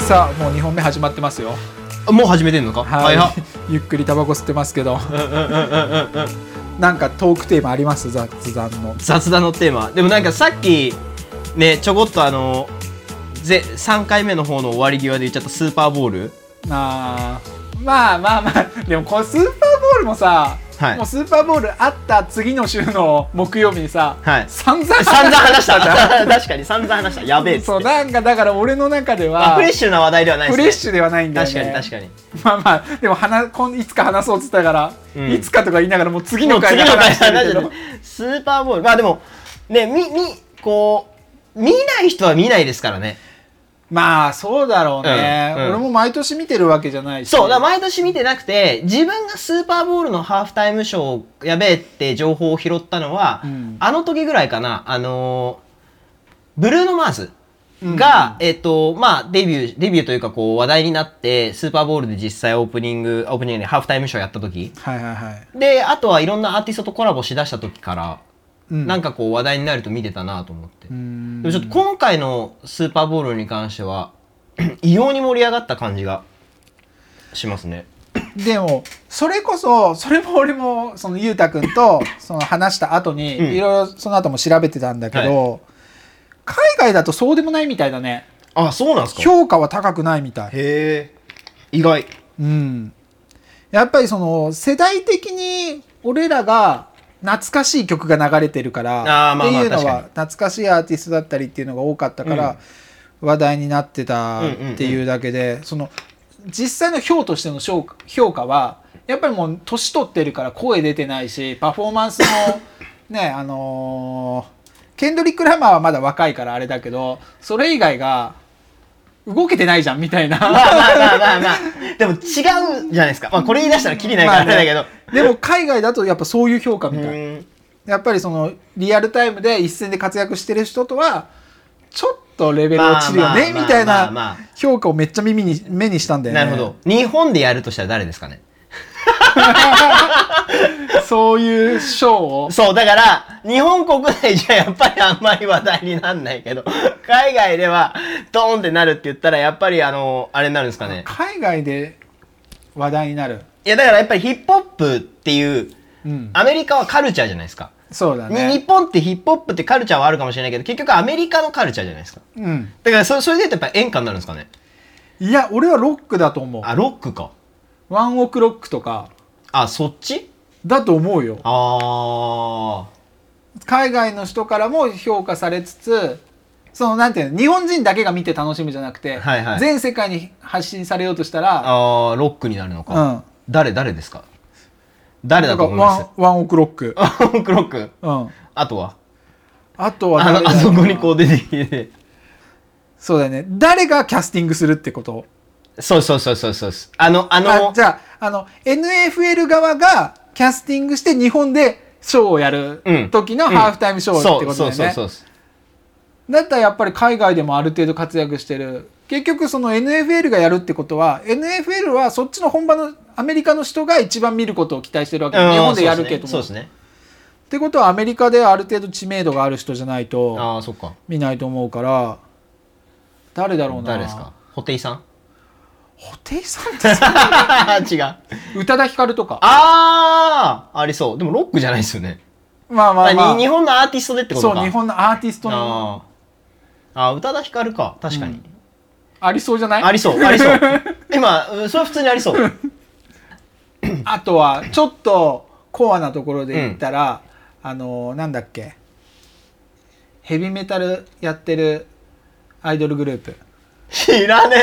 さあもう2本目始まってますよあもう始めてんのかはい、 早っゆっくりタバコ吸ってますけどなんかトークテーマあります雑談の雑談のテーマでもなんかさっきねちょこっとあのぜ3回目の方の終わり際で言っちゃったスーパーボールあーまあまあまあでもこのスーパーボールもさ、はいもうスーパーボールあった次の週の木曜日にさ、 はい散々散々話した 確かに散々話したやべえっつそうってなんかだから俺の中であはフレッシュな話題ではないですフねレッシュではないんだよね確かに確かにまあまあでも話こんいつか話そうっつったから、うんいつかとか言いながらもう次ものう回次での回話してる話けじゃどないスーパーボールまあでもねみみこう見ない人は見ないですからねまあそうだろうね、うんうん俺も毎年見てるわけじゃないしそう、だから毎年見てなくて、自分がスーパーボールのハーフタイムショーをやべえって情報を拾ったのは、うんあの時ぐらいかな、あのーブルーノ・マーズうんが、えっ、と、まあ、デビュー、デビューというかこう話題になって、スーパーボールで実際オープニング、オープニングでハーフタイムショーやった時。はいはいはい、で、あとはいろんなアーティストとコラボしだした時から、うんなんかこう話題になると見てたなと思って。うーんでもちょっと今回のスーパーボールに関しては、 異様に盛り上がった感じがしますね。でもそれこそそれも俺もそのゆうたくんとその話した後にうんいろいろその後も調べてたんだけど、海外だとそうでもないみたいだねあ、そうなんですか評価は高くないみたい、へえ。意外。うん、やっぱりその世代的に俺らが懐かしい曲が流れてるからあーっまてあまあいうの確はかに懐かしいアーティストだったりっていうのが多かったから話題になってたっていうだけでその実際の評としての評価評価はやっぱりもう年取ってるから声出てないしパフォーマンス もねあのーケンドリック・ラマーはまだ若いからあれだけどそれ以外が動けてないじゃんみたいな。まあまあまあまあまあ。でも違うじゃないですか。まあこれ言い出したらきりないからあれだけど。でも海外だとやっぱそういう評価みうたいーんやっぱりそのリアルタイムで一戦で活躍してる人とはちょっとレベル落ちるよねまあまあみたいまあまあなま評価をめっちゃ耳に目にしたんだよねなるほど。日本でやるとしたら誰ですかね。そういう賞をそう、だから、日本国内じゃやっぱりあんまり話題になんないけど、海外ではドーンってなるって言ったら、やっぱりあの、あれになるんですかね。海外で話題になるいやだからやっぱりヒップホップっていう、うんアメリカはカルチャーじゃないですか。そうだにね日本ってヒップホップってカルチャーはあるかもしれないけど、結局アメリカのカルチャーじゃないですか。うんだからそそれで言うとやっぱ演歌になるんですかね。いや俺はロックだと思うあ、ロックか。ワンオクロックとかあ、そっちだと思うよあ海外の人からも評価されつつそのなんていうの日本人だけが見て楽しむじゃなくて、はいはい全世界に発信されようとしたーらあー、ロックになるのか。うん誰、誰ですか誰だと思いなんますかワンワンオクロック、あ、ロッ ク、ロック。うん、あとはあとはあ誰の、だあろそうなこにこう出てきて。そうだよね誰がキャスティングするってことそうそうそうそうそう。あの、あのあ、じゃああの NFL 側がキャスティングして日本でショーをやるうん時のハーフタイムショーってそこうとだそようそうねそうそう。だったらやっぱり海外でもある程度活躍してる結局その NFL がやるってことは NFL はそっちの本場のアメリカの人が一番見ることを期待してるわけうん日本でやるけどそも、うですね。ってことはアメリカである程度知名度がある人じゃないとああー、そっか。見ないと思うから誰だろうな誰ですかホテイさん 布袋さんってさ違う。あ宇多田ヒカルとかあーありそう。でもロックじゃないですよね。まあまあまああに日本のアーティストでってことかそう日本のアーティストのあーあー宇多田ヒカルか確かに、ありそうじゃないありそうありそう今うんそれは普通にありそうあとはちょっとコアなところで言ったら、あのなんだっけヘビメタルやってるアイドルグループ 知らね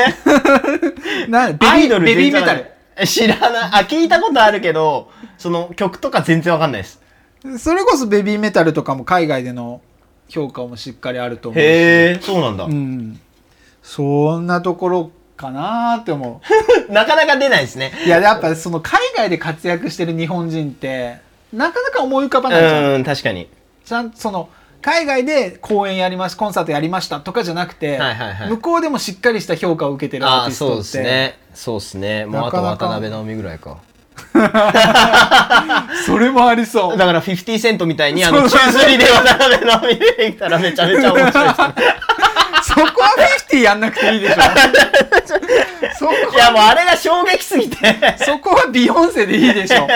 なベえアイビドールベビーメ全然わかタんないえ知らないあ聞いたことあるけどその曲とか全然わかんないですルそれこそベビーメタルとかも海外での評価もしっかりあると思うしへえそうなんだ、うん、そんなところかなーって思う なかなか出ないですねいややっぱその海外で活躍してる日本人ってなかなか思い浮かうばないじゃんーん確かにちゃんとその海外で公演やりましたコンサートやりましたとかじゃなくて、はいはいはい向こうでもしっかりした評価を受けてるアーあテあィスそうトでっすて、ねそうですねもうなあかとなか渡辺直美ぐらいかそれもありそうだから50セントみたいにあのそう 宙吊りで渡辺直美出てきたらめちゃめちゃ面白いですねそこはフィフティやんなくていいでし ょそこいやもうあれが衝撃すぎてそこはビヨンセでいいでしょ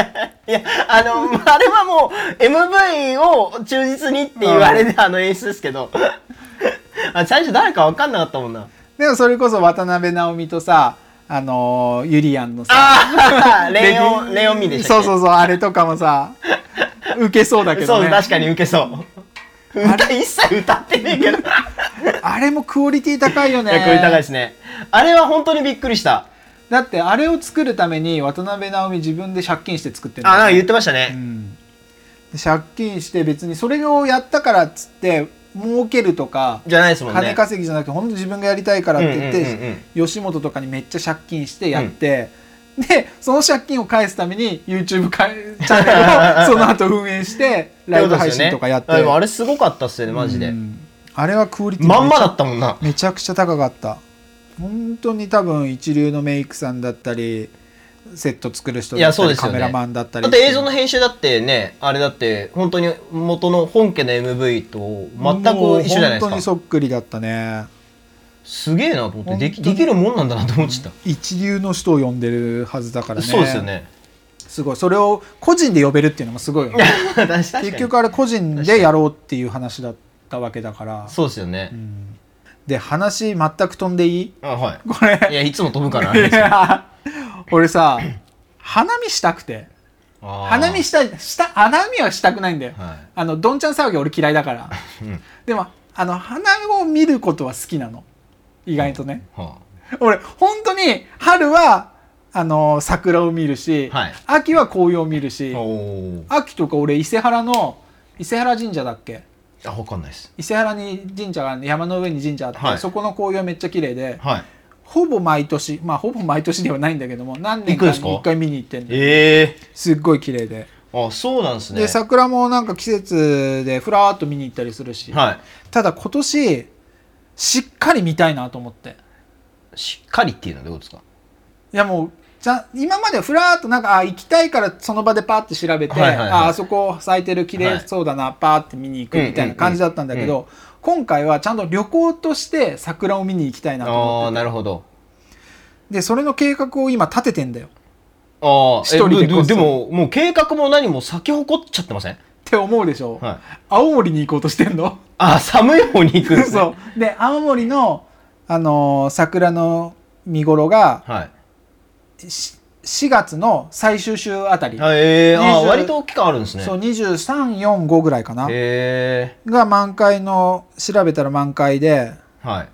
いやあの あれはもう MV を忠実にって言われてあの演出ですけど あ最初誰か分かんなかったもんなでもそれこそ渡辺直美とさあのーユリアンのさああ レオディンレオンミでしたそうっけそうそうあれとかもさウケそうだけどそうね確かにウケそうあれ歌一切歌ってねえ けどあれもクオリティ高いよねいやこれ高いですねあれは本当にびっくりしただってあれを作るために渡辺直美自分で借金して作ってるんだよあなんか言ってましたうね、ん、で借金して別にそれをやったからっつって儲けるとかじゃないですもんね金稼ぎじゃなくて本当自分がやりたいからって言って、うんうんうん吉本とかにめっちゃ借金してやって、でその借金を返すために YouTube かチャンネルを その後運営してライブ配信とかやってあでもあれすごかったっすよねマジで、うんあれはクオリティまんまだったもんなめちゃくちゃ高かった本当に多分一流のメイクさんだったりセット作る人いだやったそうり、ですカよねメラマンだったりだって映像の編集だってねあれだって本当に元の本家の MV と全く一緒じゃないもう本当でにすかそっくりだったねすげえなと思ってでき本当でにきるもんなんだなと思っちゃっ一流の人を呼んでるはずだかた、らねそうですよねすごいそれを個人で呼べるっていうのもすごいよね確かに結局あれ個人でやろうっていう話だったわけだからそうですよね、うんで話全く飛んでいいあはいこれいやいつも飛 ぶからあれですいや 俺さ花見したくてあー花見したいした花見はしたくないんだよ、はいあのどんちゃん騒ぎ俺嫌いだ からうんでもあの花を見ることは好きなの意外とね、は俺本当に春はあの桜を見るし、はい秋は紅葉を見るしあ、おー秋とか俺伊勢原の伊勢原神社だっけあわかんないです伊勢原に神社があるんで山の上に神社あって、はいそこの紅葉めっちゃ綺麗ではいほぼ毎年まあほぼ毎年ではないんだけども何年かに行くんですか1回見に行ってんだよえすっごい綺麗で、えあそうなんですねで桜もなんか季節でふらーっと見に行ったりするし、はただ今年しっかり見たいなと思っていしっかりっていうのはどういうことですかいやもうじゃ今までふらーっとなんかあ行きたいからその場でパーって調べて、はいはいはいああそこ咲いてる綺麗そうだな、パーって見に行くみたいな感じだったんだけど、今回はちゃんと旅行として桜を見に行きたいなとあ思っあーてなるほどてでそれの計画を今立ててんだよああ一人でこっそりでももう計画も何も咲き誇っちゃってませんって思うでしょ、はい青森に行こうとしてんのあ寒い方に行くんですねそうで青森の、あのー桜の見頃がはいし4月の最終週あたり、あええあ20割と期間あるんですねそう2345ぐらいかなへが満開の調べたら満開でえはい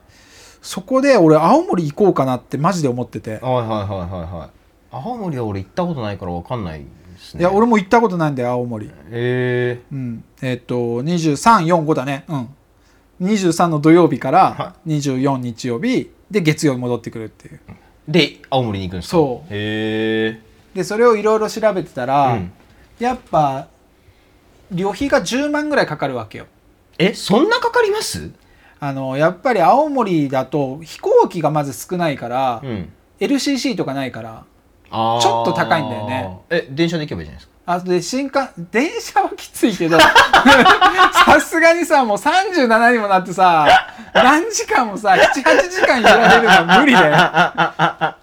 そこで俺青森行こうかなってマジで思ってて、はいはいはいはいはい青森は俺行ったことないからわかんないですねいや俺も行ったことないんだよ青森へうんえっ、と2345だねうん23の土曜日かはら24日曜日で月曜に戻ってくるっていうえで青森に行くんですかそうへえでそれをいろいろ調べてたら、うんやっぱ旅費が10万ぐらいかかるわけよえそんなかかりますあのやっぱり青森だと飛行機がまず少ないから、うん LCC とかないからあーちょっと高いんだよねえ電車で行けばいいじゃないですかあとで新幹電車はきついけど さすがにさもう37にもなってさ何時間もさ78時間揺られるのは無理だ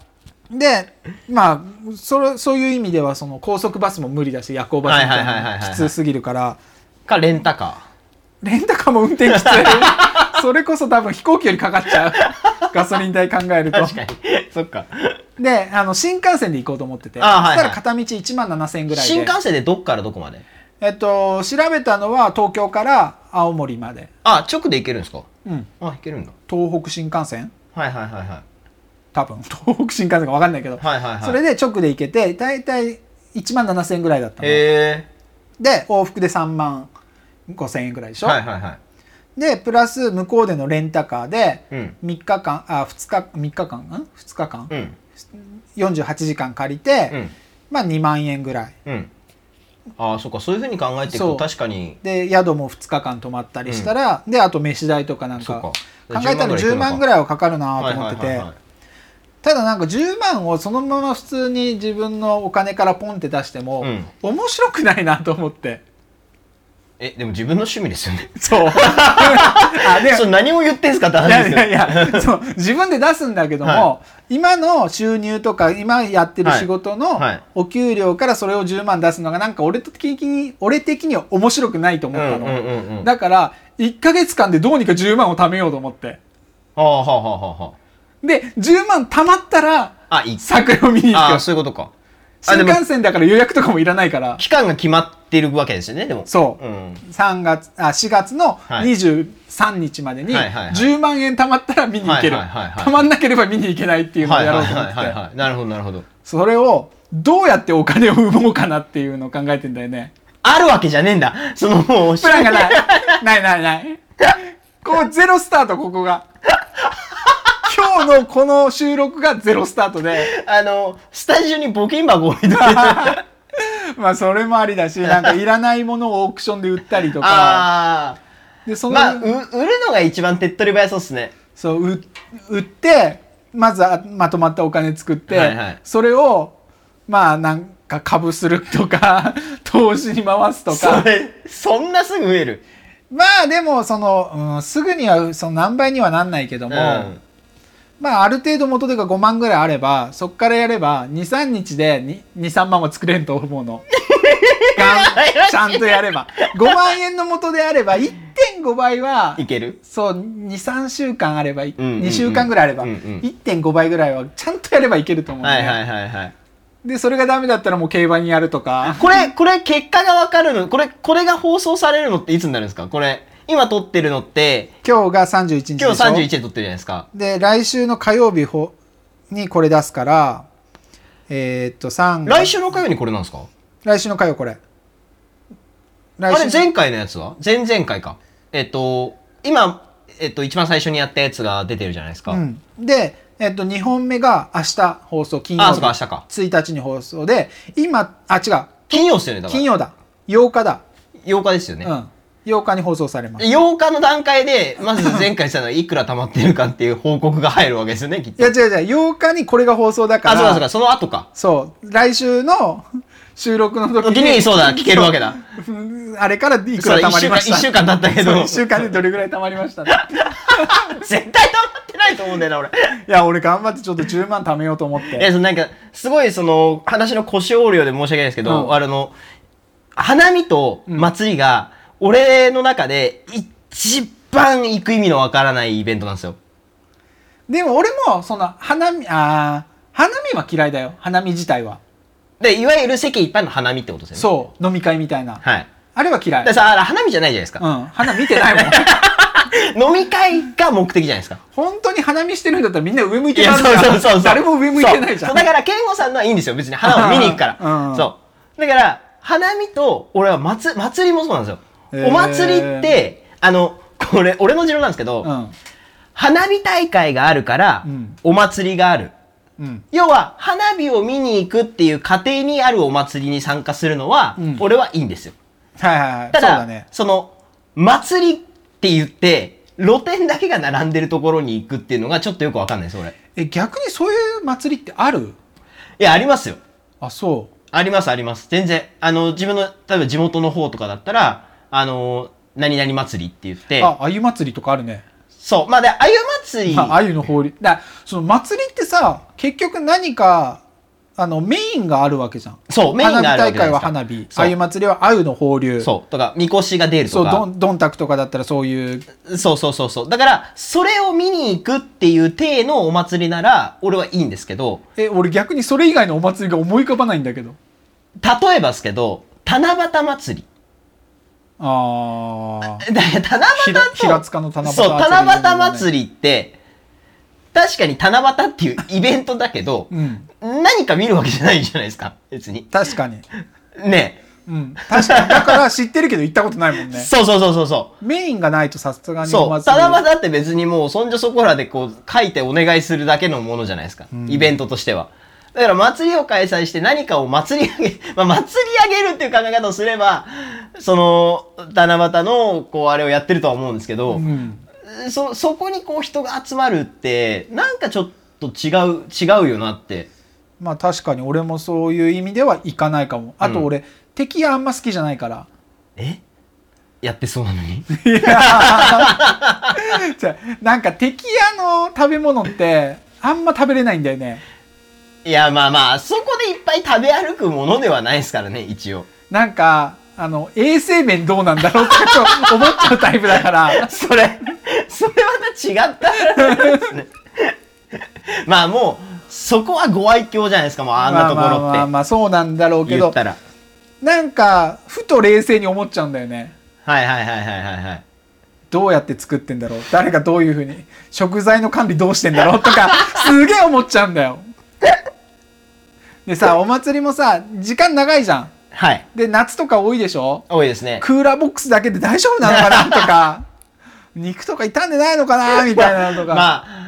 よ。でまあそれそういう意味ではその高速バスも無理だし夜行バスみたいはいはいはいなはいのはいきつすぎるからかレンタカレンタカーも運転きつい それこそ多分飛行機よりかかっちゃうガソリン代考えるーと確かに そっかであの新幹線で行こうと思っててあはいそはいしたら片道1万7000円ぐらいで新幹線でどっからどこまでえっと、調べたのは東京から青森まで、あ直で行けるんですかうん、あ行けるんだ東北新幹線はいはいはいはい多分 東北新幹線か分かんないけど、はいはいはいそれで直で行けて大体1万7000円ぐらいだったのでへ往復で3万5000円ぐらいでしえょ、はいはいはいでプラス向こうでのレンタカーでうん3日間あ2日3日間ん2日間、うん48時間借りて、うんまあ2万円ぐらいうんああそっかそういうふうに考えていくそとう確かにで宿も2日間泊まったりしたら、であと飯代とかなんそっかか考えたら10万ぐらいらいはかかるな行くのとか思ってて、はいはいはいはいただなんか10万をそのまま普通に自分のお金からポンって出しても、うん面白くないなと思ってえ、でも自分の趣味ですよね。 そう。あでそう何を言ってんすかってい話やでいすよ。やいやそう自分で出すんだけども、は今の収入とか今やってる仕事のはいはいお給料からそれを10万出すのがなんか俺的に俺的には面白くないと思ったの、うんうんうんうんだから1ヶ月間でどうにか10万を貯めようと思ってはあはあはあはあはで10万貯まったらあ。あ、いい。桜を見に行くあよあ、そういうことか。あ、新でも、幹線だから予約とかもいらないから期間が決まってるわけですよね、でも。そう、うん。 3月あ4月のはい23日までにはいはいはい10万円貯まったら見に行けるはいはいはいはい貯まんなければ見に行けないっていうのをはいやはいろうと思ってはいてはいはい。なるほど、なるほど。それをどうやってお金を生もうかなっていうのを考えてんだよ ね。あるわけじゃねえんだ。そのもう、プランがない。ないないない。こうゼロスタート、ここが。今日のこの収録がゼロスタート で。あの、スタジオに募金箱置いといて。まあそれもありだし、なんかいらないものをオークションで売った りとか。ああ。で、その、まあ、う売るのが一番手っ取り早そうっすね。そう、う売って、まずはまとまったお金作って、はいはいそれを、まあなんか株するとか、 投資に回すとかそ。れ、そんなすぐ増える。まあでもその、うん、すぐにはその何倍にはなんないけども、うんまあある程度元手が5万ぐらいあればそっからやれば23日で23万は作れんと思う のがんちゃんとやれば5万円の元であれば1.5倍はいけるそう23週間あれば、んうんうん2週間ぐらいあれば、うんうん1.5倍ぐらいはちゃんとやればいけると思うのね、はいはいはいはい。でそれがダメだったらもう競馬にやるとかこれ、これ結果がわかるの、これ、これが放送されるのっていつになるんですかこれ、今撮ってるのって、今日が31日でしょ今日31で撮ってるじゃないですか。で来週の火曜日ほにこれ出すからえーっと3来週の火曜にこれなんですか来週の火曜これあ来週れ、の前回のやつは前々回か。えっと、今、えっと、一番最初にやったやつが出てるじゃないですか。うん、で、えーっと2本目が明日放送金曜日あ、そうか、明日か。 1日に放送で今あ違う金曜っすよね、だから。金曜だ8日だ、 8日ですよね。うん8日に放送されます8日の段階で、まず前回したのがいくら溜まってるかっていう報告が入るわけですよね、きっいと。や違う違う8日にこれが放送だからあ、そうかそうか、その後か。そう来週の 収録の時時にに、そうだ、聞けるわけだ。うん あれからいくそうら貯だ、1まり週ま間、した一週間経ったけそうど一。週間でどれぐらい貯まりま したね絶対溜まってないと思うんだよな、俺。いや、俺頑張ってちょっと10万貯めようと思っえ、て。そのなんか、すごいその、話の腰折るようで申し訳ないですけど、うんあの、花見と祭りが、俺の中で一番行く意味のわからないイベントなんですよ。でも俺も、その、花見、あー花見は嫌いだよ。花見自体は。で、いわゆる世間一般の花見ってことですよね。そう。飲み会みたいな。はい。あれは嫌い。でうさ、あれ花見じゃないじゃないですか。ん。花見てない もん。飲み会が目的じゃないですか。本当に花見してるんだったらみんな上向いいてるや、そうそうそうそう。誰も上向いてないじゃそん。うだから、健吾さんのはいいんですよ。別に花を見に行くかうんら。そう。だから、花見と、俺は祭祭りもそうなんですへーよ。お祭りって、あの、これ、俺の持論なんですけど、うん。花火大会があるから、うんお祭りがある。うん。要は、花火を見に行くっていう過程にあるお祭りに参加するのは、うん俺はいいんですよ。はいはいはい。そたうだだ、ね。その、祭りって言って、露店だけが並んでるところに行くっていうのがちょっとよくわかんないです、俺。いえ、逆にそういう祭りってあるや、ありますよ。あ、そありますあります。全然。あの、自分の、例えば地元の方とかだったら、あの、何々祭りって言っう。て、あ、あゆ祭りとかあるね。そう。まあ、で、あゆ祭り、まあ、あゆの法律。だその祭りってさ、結局何か、あの、メインがあるわけじゃん。そう、メインがあるわ花火大けじ会ゃないですかは花火、そうあゆ祭りはあゆの放流。そう。とか、みこしが出るそとう、どか。ん、どんたくとかだったらそういう、そうそうそうそう。だから、それを見に行くっていう体のお祭りなら、俺はいいんですけど、え、俺逆にそれ以外のお祭りが思い浮かばないんだけど。例えばですけど、七夕祭り。 あー。だからひ七夕らと、平塚の七夕そう、七夕り。祭りって、確かに七夕っていうイベントだけど、うん。何か見るわけじゃないじゃないですか、別に。確かに。ねうん。確かに。だから知ってるけど行ったことないもんえ。ね。 そうそうそうそうそメインがないとさすがう。にそう。り七夕って別にもうそんじょそこらでこう書いてお願いするだけのものじゃないですか。んイベントとしては。だから祭りを開催して何かを祭り上げ、 まあ祭り上げるっていう考え方をすれば、その、七夕のこうあれをやってるとは思うんですけど、うん。そ、そこにこう人が集まるって、なんかちょっと違う、違うよなって。まあ確かに俺も そういう意味では行かないかも。あと俺、敵があんま好きじゃないから。えやってそうなのにいやーじゃあなんか敵屋の食べ物ってあんま食べれないんだよねいやまあまあそこでいっぱい食べ歩くものではないですからね一応なんかあの衛生面どうなんだろうってちょっと思っちゃうタイプだからそれそれまた違った話ですね まあもうそこはご愛嬌じゃないですか もうあんなとこまあまあまあろっまあそうなんだろうてけ言どったらなんかふと冷静に思っちゃうんだよねはいはいはいはいはいはいどうやって作ってんだろう誰がどういうふうに食材の管理どうしてんだろうとかすげえ思っちゃうんだよでさお祭りもさ時間長いじゃんはいで夏とか多いでしょ多いですねクーラーボックスだけで大丈夫なのかなとか肉とか傷んでないのかなみたいなのとか、まあ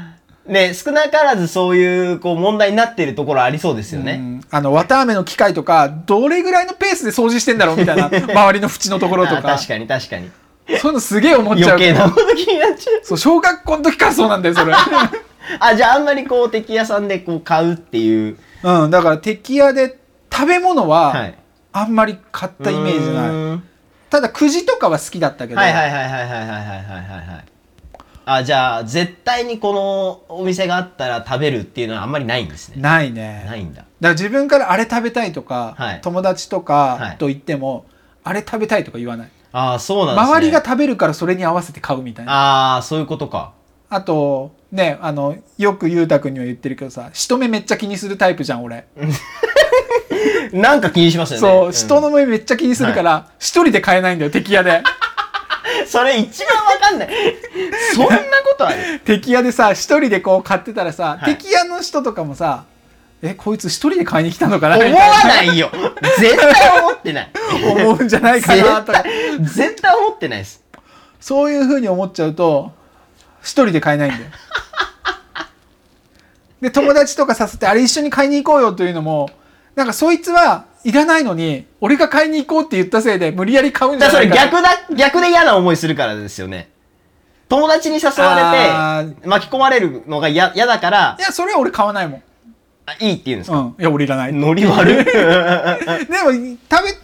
ね少なからずそういうこう問題になっているところありそうですようね、んあの綿あめの機械とかどれぐらいのペースで掃除してんだろうみたいな周りの縁のところとあか確かに確かにそういうのすげえ思っちゃ余う計なこと気になっちゃうそう小学校の時からそうなんだよそ れあじゃああんまりこう敵屋さんでこう買うっていううんだから敵屋で食べ物ははいあんまり買ったイメージうないーんただくじとかは好きだったけど、はいはいはいはいはいはいはいはいはいはいあじゃあ絶対にこのお店があったら食べるっていうのはあんまりないんですねないねないんだだから自分からあれ食べたいとか、はい友達とはかいと言っても、あれ食べたいとか言わない、ああそうなんですね周りが食べるからそれに合わせて買うみたいなあああそういうことかとねあのよく裕太君には言ってるけどさ人目めっちゃ気にするタイプじゃん俺、なんか気にしますよねそう、ん人の目めっちゃ気にするから一、人で買えないんだよ敵屋 でそれ一番わか んないそんなことある敵屋でさ一人でこう買ってたらさ、はい敵屋の人とかもさえこいつ一人で買いに来たのかなみたい思わないよ絶対思ってないな思うんじゃないかな絶とか対絶対思ってないですそういうふうに思っちゃうと、一人で買えないんだよ。で、友達とか誘って、あれ一緒に買いに行こうよというのも、なんかそいつはいらないのに、俺が買いに行こうって言ったせいで、無理やり買うんじだゃかならいそれか逆だ逆で嫌な思いするからですよね友達に誘あわれて巻き込まれるのが嫌嫌だからいや、それは俺買わないもん。あいいって言うんですうか、ん。いや、俺いらない。でも、ノリ悪い食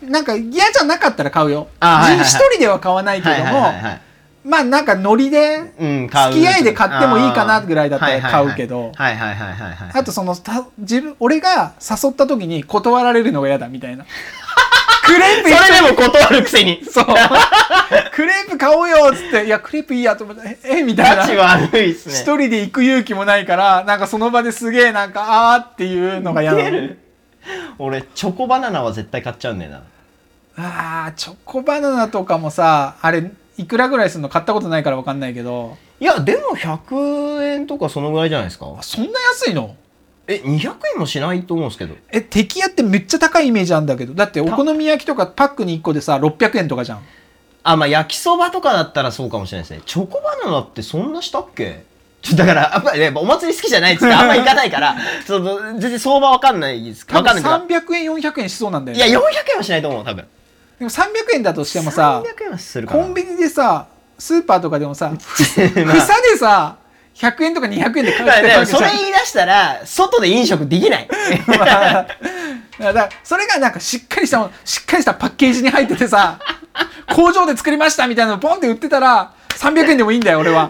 べ、なんか嫌じゃなかったら買うよ。あはいはいはい自一人では買わないけはいれどはいも、はいはいまあなんかノリで、うん、買う付き合いで買ってもいいかなぐらいだったら買うけど、はいはいはいはいはいはいあとそのた自分俺が誘った時に断られるのが嫌だみたいな クレーそプ一緒れでも断るくせにそう クレープ買おうよっつって「いやクレープいいや」と思って「ええみたいガなチ悪いっ すね一人で行く勇気もないからなんかその場ですげえなんかあーっていうのが嫌なの出る俺チョコバナナは絶対買っちゃうんだよなあーチョコバナナとかもさあれいくらぐらいするの買ったことないから分かんないけどいやでも100円とかそのぐらいじゃないですかあそんな安いのえ200円もしないと思うんですけどえ敵屋ってめっちゃ高いイメージあんだけどだってお好み焼きとかパックに1個でさ600円とかじゃんあまあ焼きそばとかだったらそうかもしれないですねチョコバナナってそんなしたっけちょだからあんまりねお祭り好きじゃないっつってあんま行かない からその全然相場わかんないです多わ分かんないけど300円400円しそうなんだよいねや、400円はしないと思う、多分。でも300円だとしてもさ300円はするかな。コンビニでさスーパーとかでも さニ まあ房でさ100円とか200円で買だってかるわら けねじそれゃん言い出したら、外で飲食できない。 まあだからそれがなんかしっかりしたものしっかりしたパッケージに入っててさ工場で作りましたみたいなのポンって売ってたら300円でもいいんだよ俺 は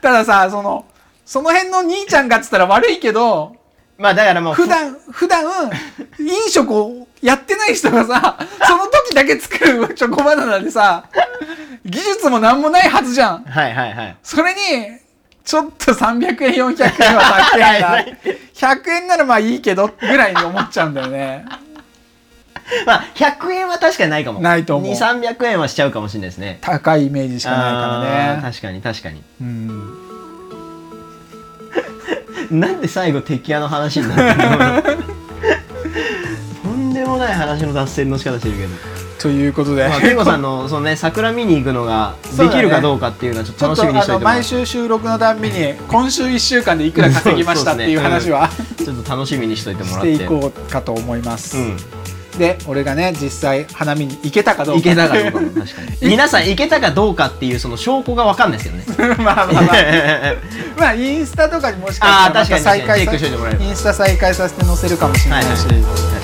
たださそのその辺の兄ちゃんがっつったら悪いけどまあだからもう、普段普段飲食をやってない人がさその時だけ作るチョコバナナでさ技術も何もないはずじゃんはいはいはい。それにちょっと300円400円は高 いな100円ならまあいいけどぐらいに思っちゃうんだよねまあ、100円は確かにないかも。ないと思う2、300円はしちゃうかもしれないですね。高いイメージしかないあーからね確かに確かに。うんなんで最後、敵屋の話になってるの とんでもない話の脱線の仕方してるけど。ということで、 まあ、ケイコさんの、そのね、桜見に行くのがそうでだねきるかどうかっていうのはちょっちとょっ楽としみにしあといのてもら毎週収録のたんび に今週1週間でいくら稼ぎましたっていう話はちょっと楽しみにしといてもらしってて。いこうかと思います、うん。で俺がね実際花見に行けたかどうかいけたかどうかも確かに皆さんいけたかどうかっていうその証拠がわかんないですけど ね まあまあまあまあインスタとかにもしかしたらあーま確かたに再開確かにチェックしといてもらえればインスタ再開させて載せるかもしれないし、はいはい